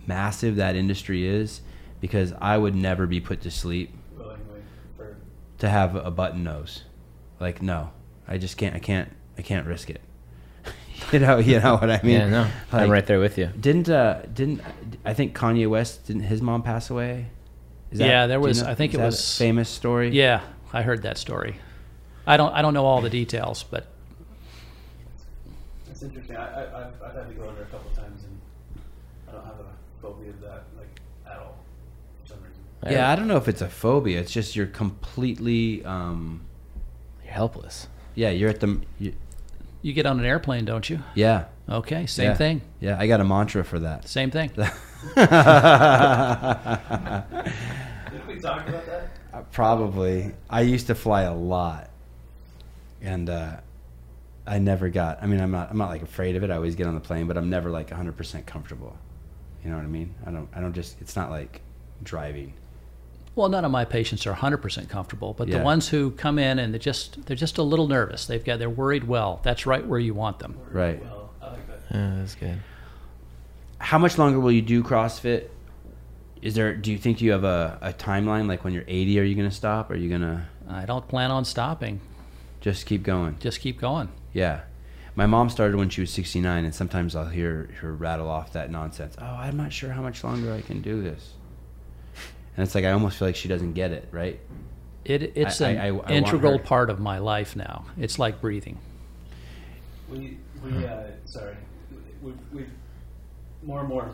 massive that industry is, because I would never be put to sleep
well anyway for
to have a button nose. Like no, I just can't. I can't. I can't risk it. you know. You know what I mean?
yeah, no, I'm
Like,
right there with you.
Didn't uh didn't I think Kanye West didn't his mom pass away? Is
Yeah, there
do you
was- I think
is
it
that a
was-
famous story.
yeah, I heard that story. I don't I don't know all the details, but
it's interesting. I, I I've, I've had to go under a couple times and I don't have a phobia of that like at all for some reason.
Yeah, I don't know if it's a phobia. It's just you're completely um
You're helpless.
yeah, you're at the you,
you get on an airplane, don't you?
yeah.
Okay, same
yeah.
thing.
Yeah, I got a mantra for that.
Same thing.
Did we talk about that?
Uh, Probably. I used to fly a lot. And uh I never got I mean I'm not I'm not like afraid of it. I always get on the plane, but I'm never like 100% comfortable. You know what I mean? I don't I don't just it's not like driving.
Well, none of my patients are 100% comfortable, but
Yeah.
the ones who come in and they're just they're just a little nervous. They've got they're worried well. That's right where you want them.
Right.
Well, I like that.
Yeah, that's good.
how much longer will you do CrossFit? Is there? Do you think you have a, a timeline? Like when you're 80, are you going to stop? Are you going to
I don't plan on stopping.
just keep going?
Just keep going.
Yeah. My mom started when she was 69, and sometimes I'll hear her rattle off that nonsense. Oh, I'm not sure how much longer I can do this. And it's like I almost feel like she doesn't get it, right?
It, it's
I-
an
I- I want
integral
her-
part of my life now. It's like breathing.
We, we uh, sorry, we, we've more and more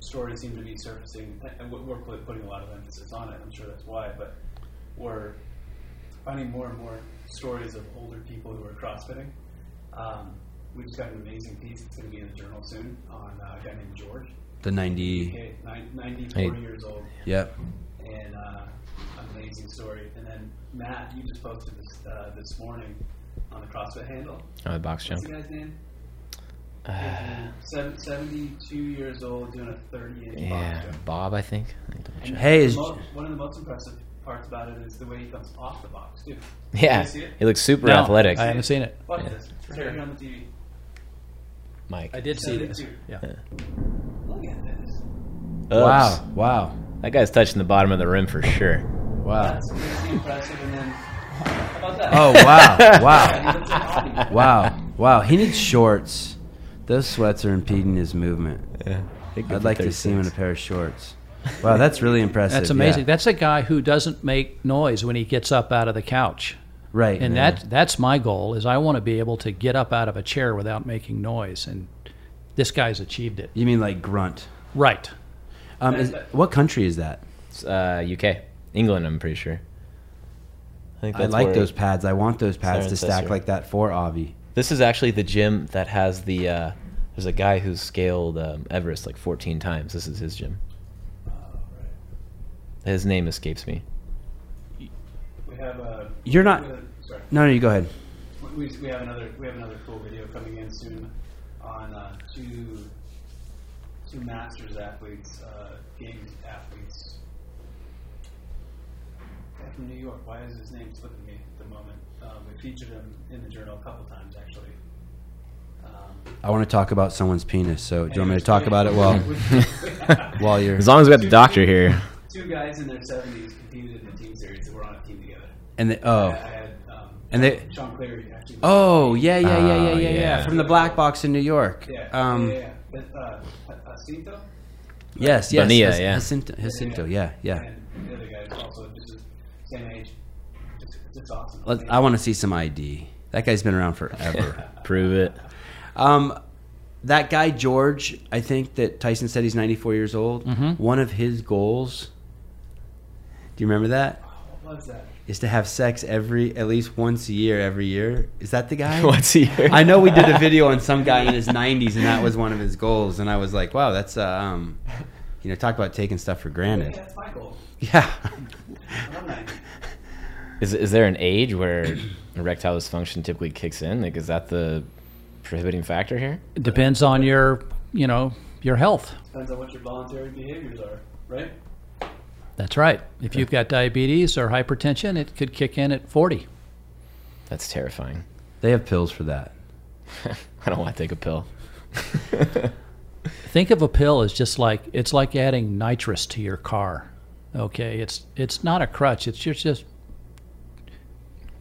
stories seem to be surfacing, and we're- we're put- putting a lot of emphasis on it. I'm sure that's why, but we're finding more and more stories of older people who are crossfitting. Um, we just got an amazing piece. It's going to be in the journal soon on uh, a guy named George.
The 90.
Okay, nine- 94
Hey.
years old
Yep.
and uh, amazing story. And then Matt, you just posted this uh, this morning on the CrossFit handle.
Oh, the box
What's
jump.
the guy's name? Seven- 72 years old doing a 30 inch
Yeah,
box jump.
Bob, I think. Let me double
And
check.
Hey,
the
is-
mo- one of the most impressive parts about it is the way he comes off the box, too.
Yeah,
you see it?
he looks super
No,
athletic.
I haven't seen it.
Watch
Yeah.
this. It's right here on the TV.
Mike.
I did see this.
72.
Yeah.
Look at this.
Oops.
Wow. Wow.
That guy's touching the bottom of the rim for sure.
Wow.
That's pretty impressive. And then, how about that?
Oh, wow. Wow.
Yeah, he looks like Audi.
Wow. Wow. He needs shorts. Those sweats are impeding his movement.
Yeah.
I'd like to see him in a pair of shorts. Wow, that's really impressive.
That's amazing.
yeah.
That's a guy who doesn't make noise when he gets up out of the couch.
Right.
and
yeah.
that that's my goal is I want to be able to get up out of a chair without making noise, and this guy's achieved it.
You mean like grunt?
Right.
Um, is, what country is that?
It's, uh, UK, England. I'm pretty sure.
I think
I
that's
like
where-
those pads. I want those pads
Sarah
to
says
stack
here.
like that for Avi.
This is actually the gym that has the. Uh, there's a guy who's scaled um, Everest like 14 times. This is his gym. His name escapes me.
We have a.
You're not-
we have- Sorry.
No, no, you go ahead.
We, we have another we have another cool video coming in soon on uh, two two masters athletes, uh, games athletes. Guy from New York. Why is his name slipping me at the moment? Um, we featured him in the journal a couple times actually. Um,
I want to talk about someone's penis. So do you want me to talk about it while while you're?
As long as we got the doctor here.
two guys in their seventies competed in the team series that were on a team together.
And the,
I
oh,
had um,
And they-
Sean Clary actually.
oh yeah, yeah, yeah, yeah,
Oh,
yeah, yeah,
yeah.
From the black box in New York.
Yeah,
Um,
yeah, yeah. But, uh, Jacinto
Yes, yes.
Bonilla,
Jac-
yeah.
Jacinto, Jacinto, yeah, yeah.
and the other guys also just the same age. Just, just awesome.
Let, I want to see some ID. That guy's been around forever.
Prove it.
um, that guy George, I think that Tyson said he's 94 years old.
Mm-hmm.
One of his goals. Do you remember that?
what was that?
Is to have sex every at least once a year every year. Is that the guy?
Once a year.
I know we did a video on some guy in his 90s, and that was one of his goals. And I was like, wow, that's, uh, um, you know, talk about taking stuff for
Yeah,
granted.
that's my goal.
Yeah.
I'm 90.
Is is there an age where erectile dysfunction typically kicks in? Like, is that the prohibiting factor here?
It depends on your you know your health.
Depends on what your voluntary behaviors are, right?
That's right. If you've got diabetes or hypertension, it could kick in at 40.
That's terrifying.
They have pills for that.
I don't want to take a pill.
Think of a pill as just like it's like adding nitrous to your car. Okay, it's it's not a crutch. It's just just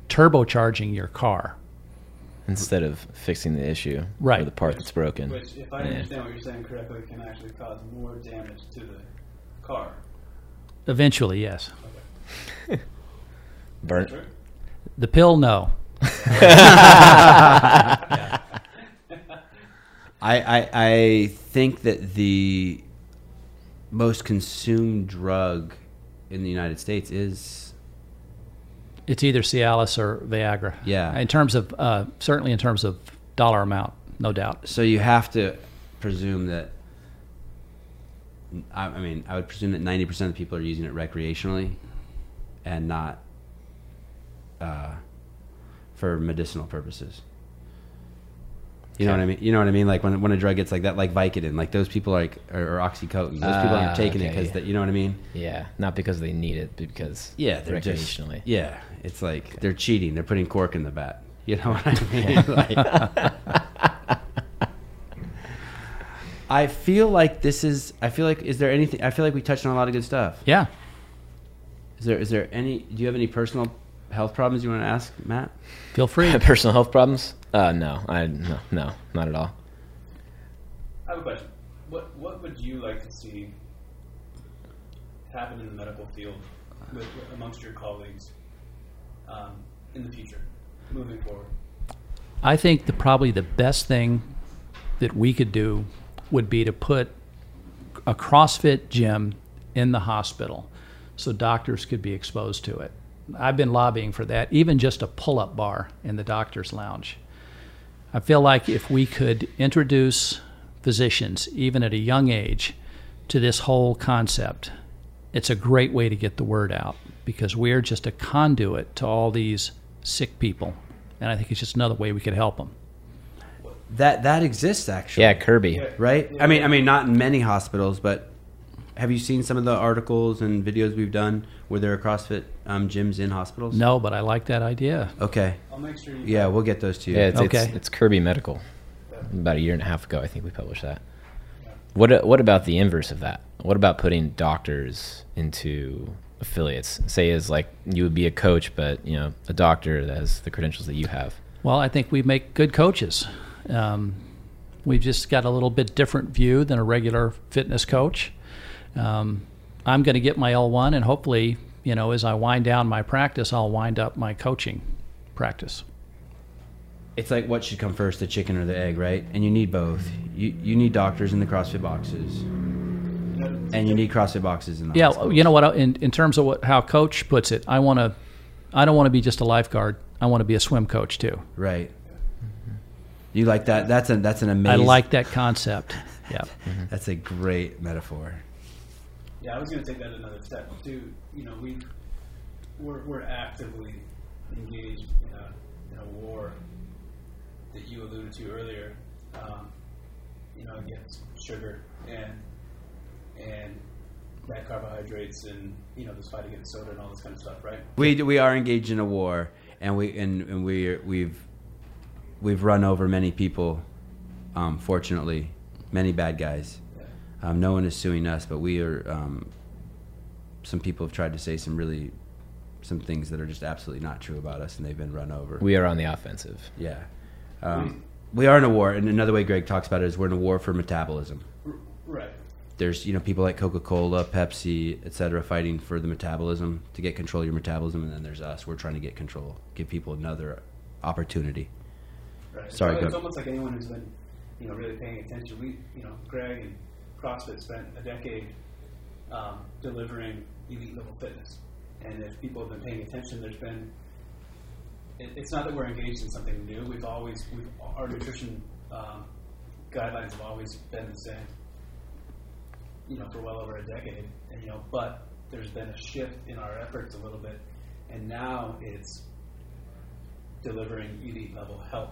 turbocharging your car.
Instead of fixing the issue or
Right.
the part that's broken.
Which, if I
Yeah.
understand what you're saying correctly, can actually cause more damage to the car.
Eventually, yes.
Burn.
True?
The pill, no.
I, I, I think that the most consumed drug in the United States is,
It's either Cialis or Viagra.
Yeah.
In terms of uh, certainly in terms of dollar amount, no doubt.
so you have to presume that, I, I mean, I would presume that 90% of people are using it recreationally and not uh, for medicinal purposes. You know what I mean? You know what I mean? Like when, when a drug gets like that, like Vicodin, like those people are like, or, or Oxycontin, those people
Ah,
aren't taking it 'cause it
okay.
because that, you know what I mean?
Yeah, not because they need it, but because
Yeah, they're just
recreationally.
yeah. It's like they're cheating. They're putting cork in the bat. You know what I mean? Like- I feel like this is. I feel like is there anything? I feel like we touched on a lot of good stuff.
Yeah.
Is there is there any? Do you have any personal health problems you want to ask Matt?
Feel free.
Personal health problems? Uh, no, I no, no, not at all.
I have a question. What What would you like to see happen in the medical field with, amongst your colleagues um, in the future, moving forward?
I think the probably the best thing that we could do would be to put a CrossFit gym in the hospital so doctors could be exposed to it. I've been lobbying for that, even just a pull up bar in the doctor's lounge. I feel like if we could introduce physicians, even at a young age, to this whole concept, it's a great way to get the word out because we're just a conduit to all these sick people. And I think it's just another way we could help them.
That that exists actually.
Yeah, Kirby.
Right. I mean, I mean, not in many hospitals, but have you seen some of the articles and videos we've done where there are CrossFit um, gyms in hospitals?
No, but I like that idea.
Okay.
I'll make sure you
Yeah, we'll get those to you.
Yeah, it's, it's,
Okay.
it's Kirby Medical. About a year and a half ago, I think we published that. What what about the inverse of that? What about putting doctors into affiliates? Say, as like you would be a coach, but you know a doctor that has the credentials that you have.
Well, I think we make good coaches. Um, we've just got a little bit different view than a regular fitness coach. Um, I'm going to get my L1, and hopefully, you know, as I wind down my practice, I'll wind up my coaching practice.
it's like what should come first, the chicken or the egg, right? And you need both. You you need doctors in the CrossFit boxes, and you need CrossFit boxes in the
Yeah,
hospitals.
you know what? In, in terms of what how coach puts it, I want to, I don't want to be just a lifeguard. I want to be a swim coach too.
right. You like that? That's a that's an
I
amazing.
like that concept. Yeah,
That's a great metaphor.
Yeah, I was going to take that another step too. You know, we we're, we're actively engaged in a in a war that you alluded to earlier. Um, you know, against sugar and and bad carbohydrates and you know this fight against soda and all this kind of stuff, right?
We we are engaged in a war, and we and, and we we've we've run over many people. Um, fortunately, many bad guys. Um, no one is suing us, but we are. Um, some people have tried to say some really some things that are just absolutely not true about us, and they've been run over.
We are on the offensive.
yeah, um, we are in a war, and another way Greg talks about it is we're in a war for metabolism
R- right.
there's you know people like coca-cola pepsi etc fighting for the metabolism to get control of your metabolism and then there's us we're trying to get control give people another opportunity
Right. It's
Sorry,
al-
go
it's
ahead.
almost like anyone who's been, you know, really paying attention. We, you know, Greg and CrossFit spent a decade um, delivering elite level fitness, and if people have been paying attention, there's been. It, it's not that we're engaged in something new. We've always, we've our nutrition um, guidelines have always been the same. You know, for well over a decade, and you know, but there's been a shift in our efforts a little bit, and now it's delivering elite level health.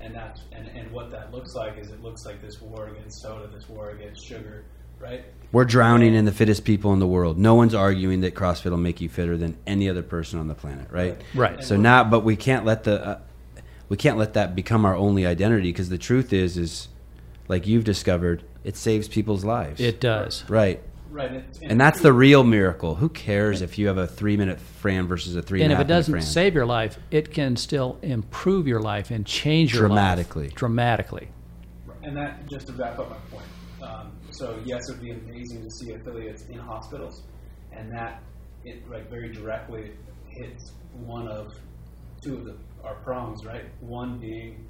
And that's and, and what that looks like is it looks like this war against soda, this war against sugar, right?
we're drowning in the fittest people in the world no one's arguing that crossfit will make you fitter than any other person on the planet right
Right.
so now but we can't let the uh, we can't let that become our only identity because the truth is is like you've discovered it saves people's lives
it does.
right
Right. And, it's-
and that's the real miracle who cares if you have a three minute fran versus a three
And
and,
if
a half
it
minute
doesn't
Fran?
save your life, it can still improve your life and change your
Dramatically.
life dramatically.
and that just to wrap up my point. Um, so yes, it would be amazing to see affiliates in hospitals, and that it like very directly hits one of two of the, our prongs, right? One being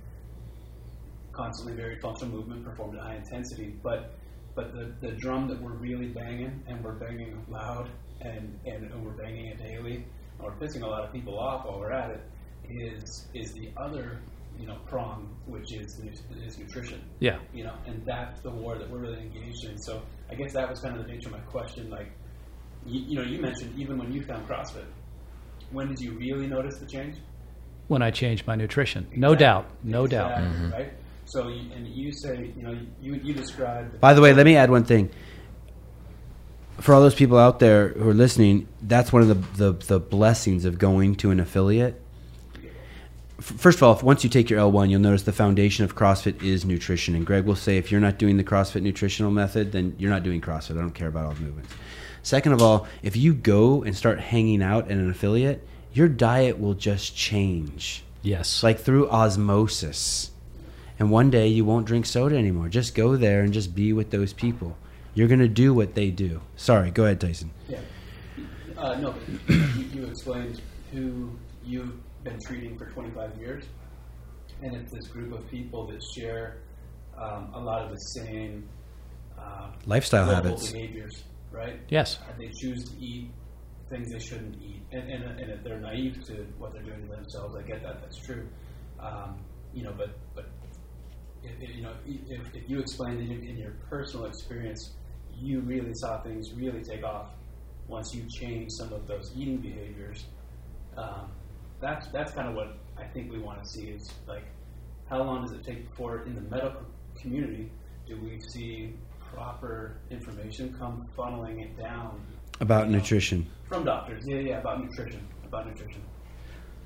constantly very functional movement performed at high intensity, but but the, the drum that we're really banging and we're banging loud and, and, and we're banging it daily and we're pissing a lot of people off while we're at it is is the other you know prong which is nu- is nutrition
Yeah.
you know and that's the war that we're really engaged in so I guess that was kind of the nature of my question like you, you know you mentioned even when you found CrossFit when did you really notice the change
When I changed my nutrition, no
Exactly.
doubt, no doubt.
Exactly,
Mm-hmm.
right so you, and you say you know you you described
By the way, let me add one thing. For all those people out there who are listening, that's one of the, the, the blessings of going to an affiliate. F- First of all, if, once you take your L1, you'll notice the foundation of CrossFit is nutrition. And Greg will say, if you're not doing the CrossFit nutritional method, then you're not doing CrossFit. I don't care about all the movements. Second of all, if you go and start hanging out at an affiliate, your diet will just change.
Yes.
It's like through osmosis. And one day you won't drink soda anymore. Just go there and just be with those people. You're going to do what they do. Sorry, go ahead, Tyson.
Yeah. Uh, no, but you, you explained who you've been treating for 25 years, and it's this group of people that share um, a lot of the same uh,
Lifestyle
global
habits.
behaviors, right?
yes.
And they choose to eat things they shouldn't eat, and, and, and if they're naive to what they're doing to themselves, I get that. That's true. Um, you know, but but if, if, you know, if, if you explained it in, in your personal experience, you really saw things really take off once you changed some of those eating behaviors. Um, that's that's kind of what I think we want to see is like, how long does it take before in the medical community do we see proper information come funneling it down
About nutrition.
from doctors? Yeah, yeah, about nutrition, about nutrition.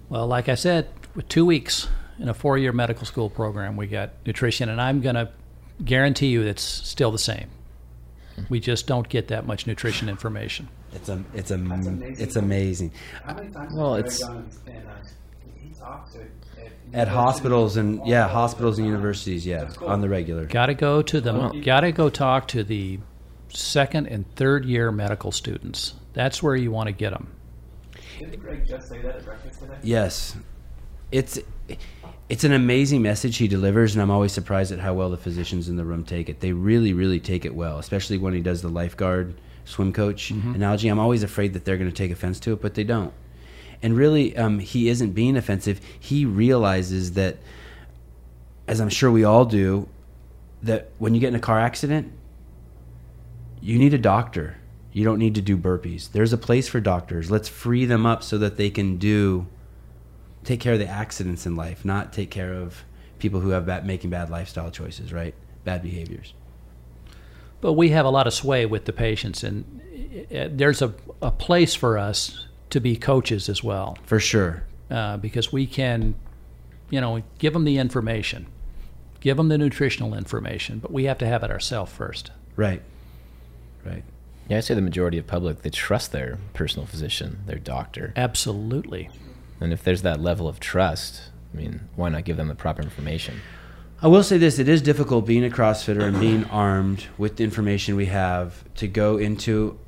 Well, like I said, with two weeks in a four-year medical school program, we got nutrition, and I'm going to guarantee you it's still the same. We just don't get that much nutrition information.
It's a, it's a,
amazing.
it's amazing.
How many times
Well,
has Greg
it's-
gone and uh, he talks at,
At hospitals and yeah, hospitals and
universities.
universities, yeah,
That's cool.
on the regular.
Got to go to the.
Well-
got to go talk to the second and third year medical students. That's where you want to get them.
Didn't Greg just say that at breakfast today?
Yes, it's it's an amazing message he delivers, and I'm always surprised at how well the physicians in the room take it. They really, really take it well, especially when he does the lifeguard swim coach analogy. I'm always afraid that they're going to take offense to it, but they don't. And really, um, he isn't being offensive. He realizes that, as I'm sure we all do, that when you get in a car accident, you need a doctor. You don't need to do burpees. There's a place for doctors. Let's free them up so that they can do take care of the accidents in life, not take care of people who have bad, making bad lifestyle choices, right? Bad behaviors.
But we have a lot of sway with the patients, and uh, there's a, a place for us to be coaches as well,
For sure.
uh, because we can, you know, give them the information, give them the nutritional information, but we have to have it ourselves first.
Right. Right.
Yeah, I'd say the majority of public they trust their personal physician, their doctor,
Absolutely.
and if there's that level of trust, I mean, why not give them the proper information?
I will say this: it is difficult being a CrossFitter and being armed with the information we have to go into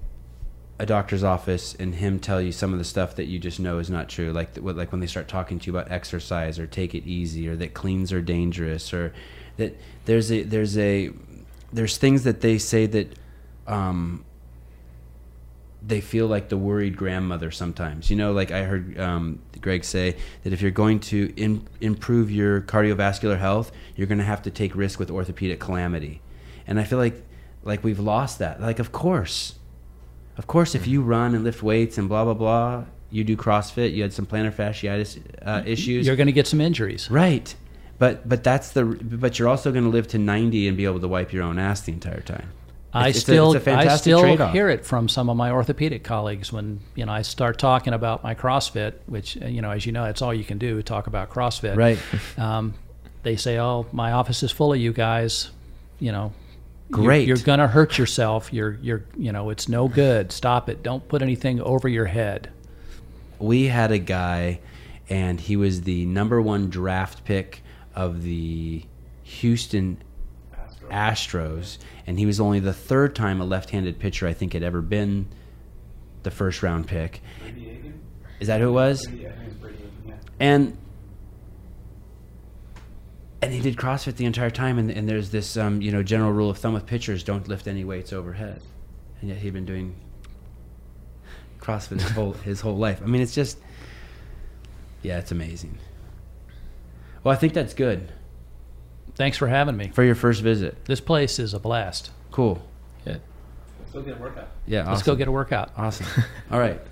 a doctor's office and him tell you some of the stuff that you just know is not true, like what, like when they start talking to you about exercise or take it easy or that cleans are dangerous or that there's a there's a there's things that they say that um, they feel like the worried grandmother sometimes. You know, like I heard um, Greg say that if you're going to in, improve your cardiovascular health, you're going to have to take risk with orthopedic calamity. And I feel like like we've lost that. Like, of course, of course, if you run and lift weights and blah blah blah, you do CrossFit, you had some plantar fasciitis uh, issues,
You're going to get some injuries.
right? But but that's the but you're also going to live to 90 and be able to wipe your own ass the entire time.
I
It's- it's a-
still,
it's a
I
fantastic
still
trade-off.
hear it from some of my orthopedic colleagues when you know I start talking about my CrossFit, which uh, you know, as you know, that's all you can do talk about CrossFit.
Right.
Um, they say, "Oh, my office is full of you guys." You know, you-
Great.
You're, gonna hurt yourself. You're, you're, you know, it's no good. Stop it. Don't put anything over your head.
we had a guy and he was the number one draft pick of the Houston Astros and he was only the third time a left-handed pitcher I think had ever been the first round pick.
Brady Aiken?
Is that who it was?
Yeah, I think it's Brady Aiken, yeah.
and and he did CrossFit the entire time. And, and there's this um, you know general rule of thumb with pitchers: don't lift any weights overhead. And yet he'd been doing CrossFit his whole his whole life. I mean, it's just yeah, it's amazing. Well, I think that's good
Thanks for having me.
for your first visit.
This place is a blast.
Cool.
Yeah.
Let's go get a workout.
Yeah.
Let's go get a workout.
awesome. All right.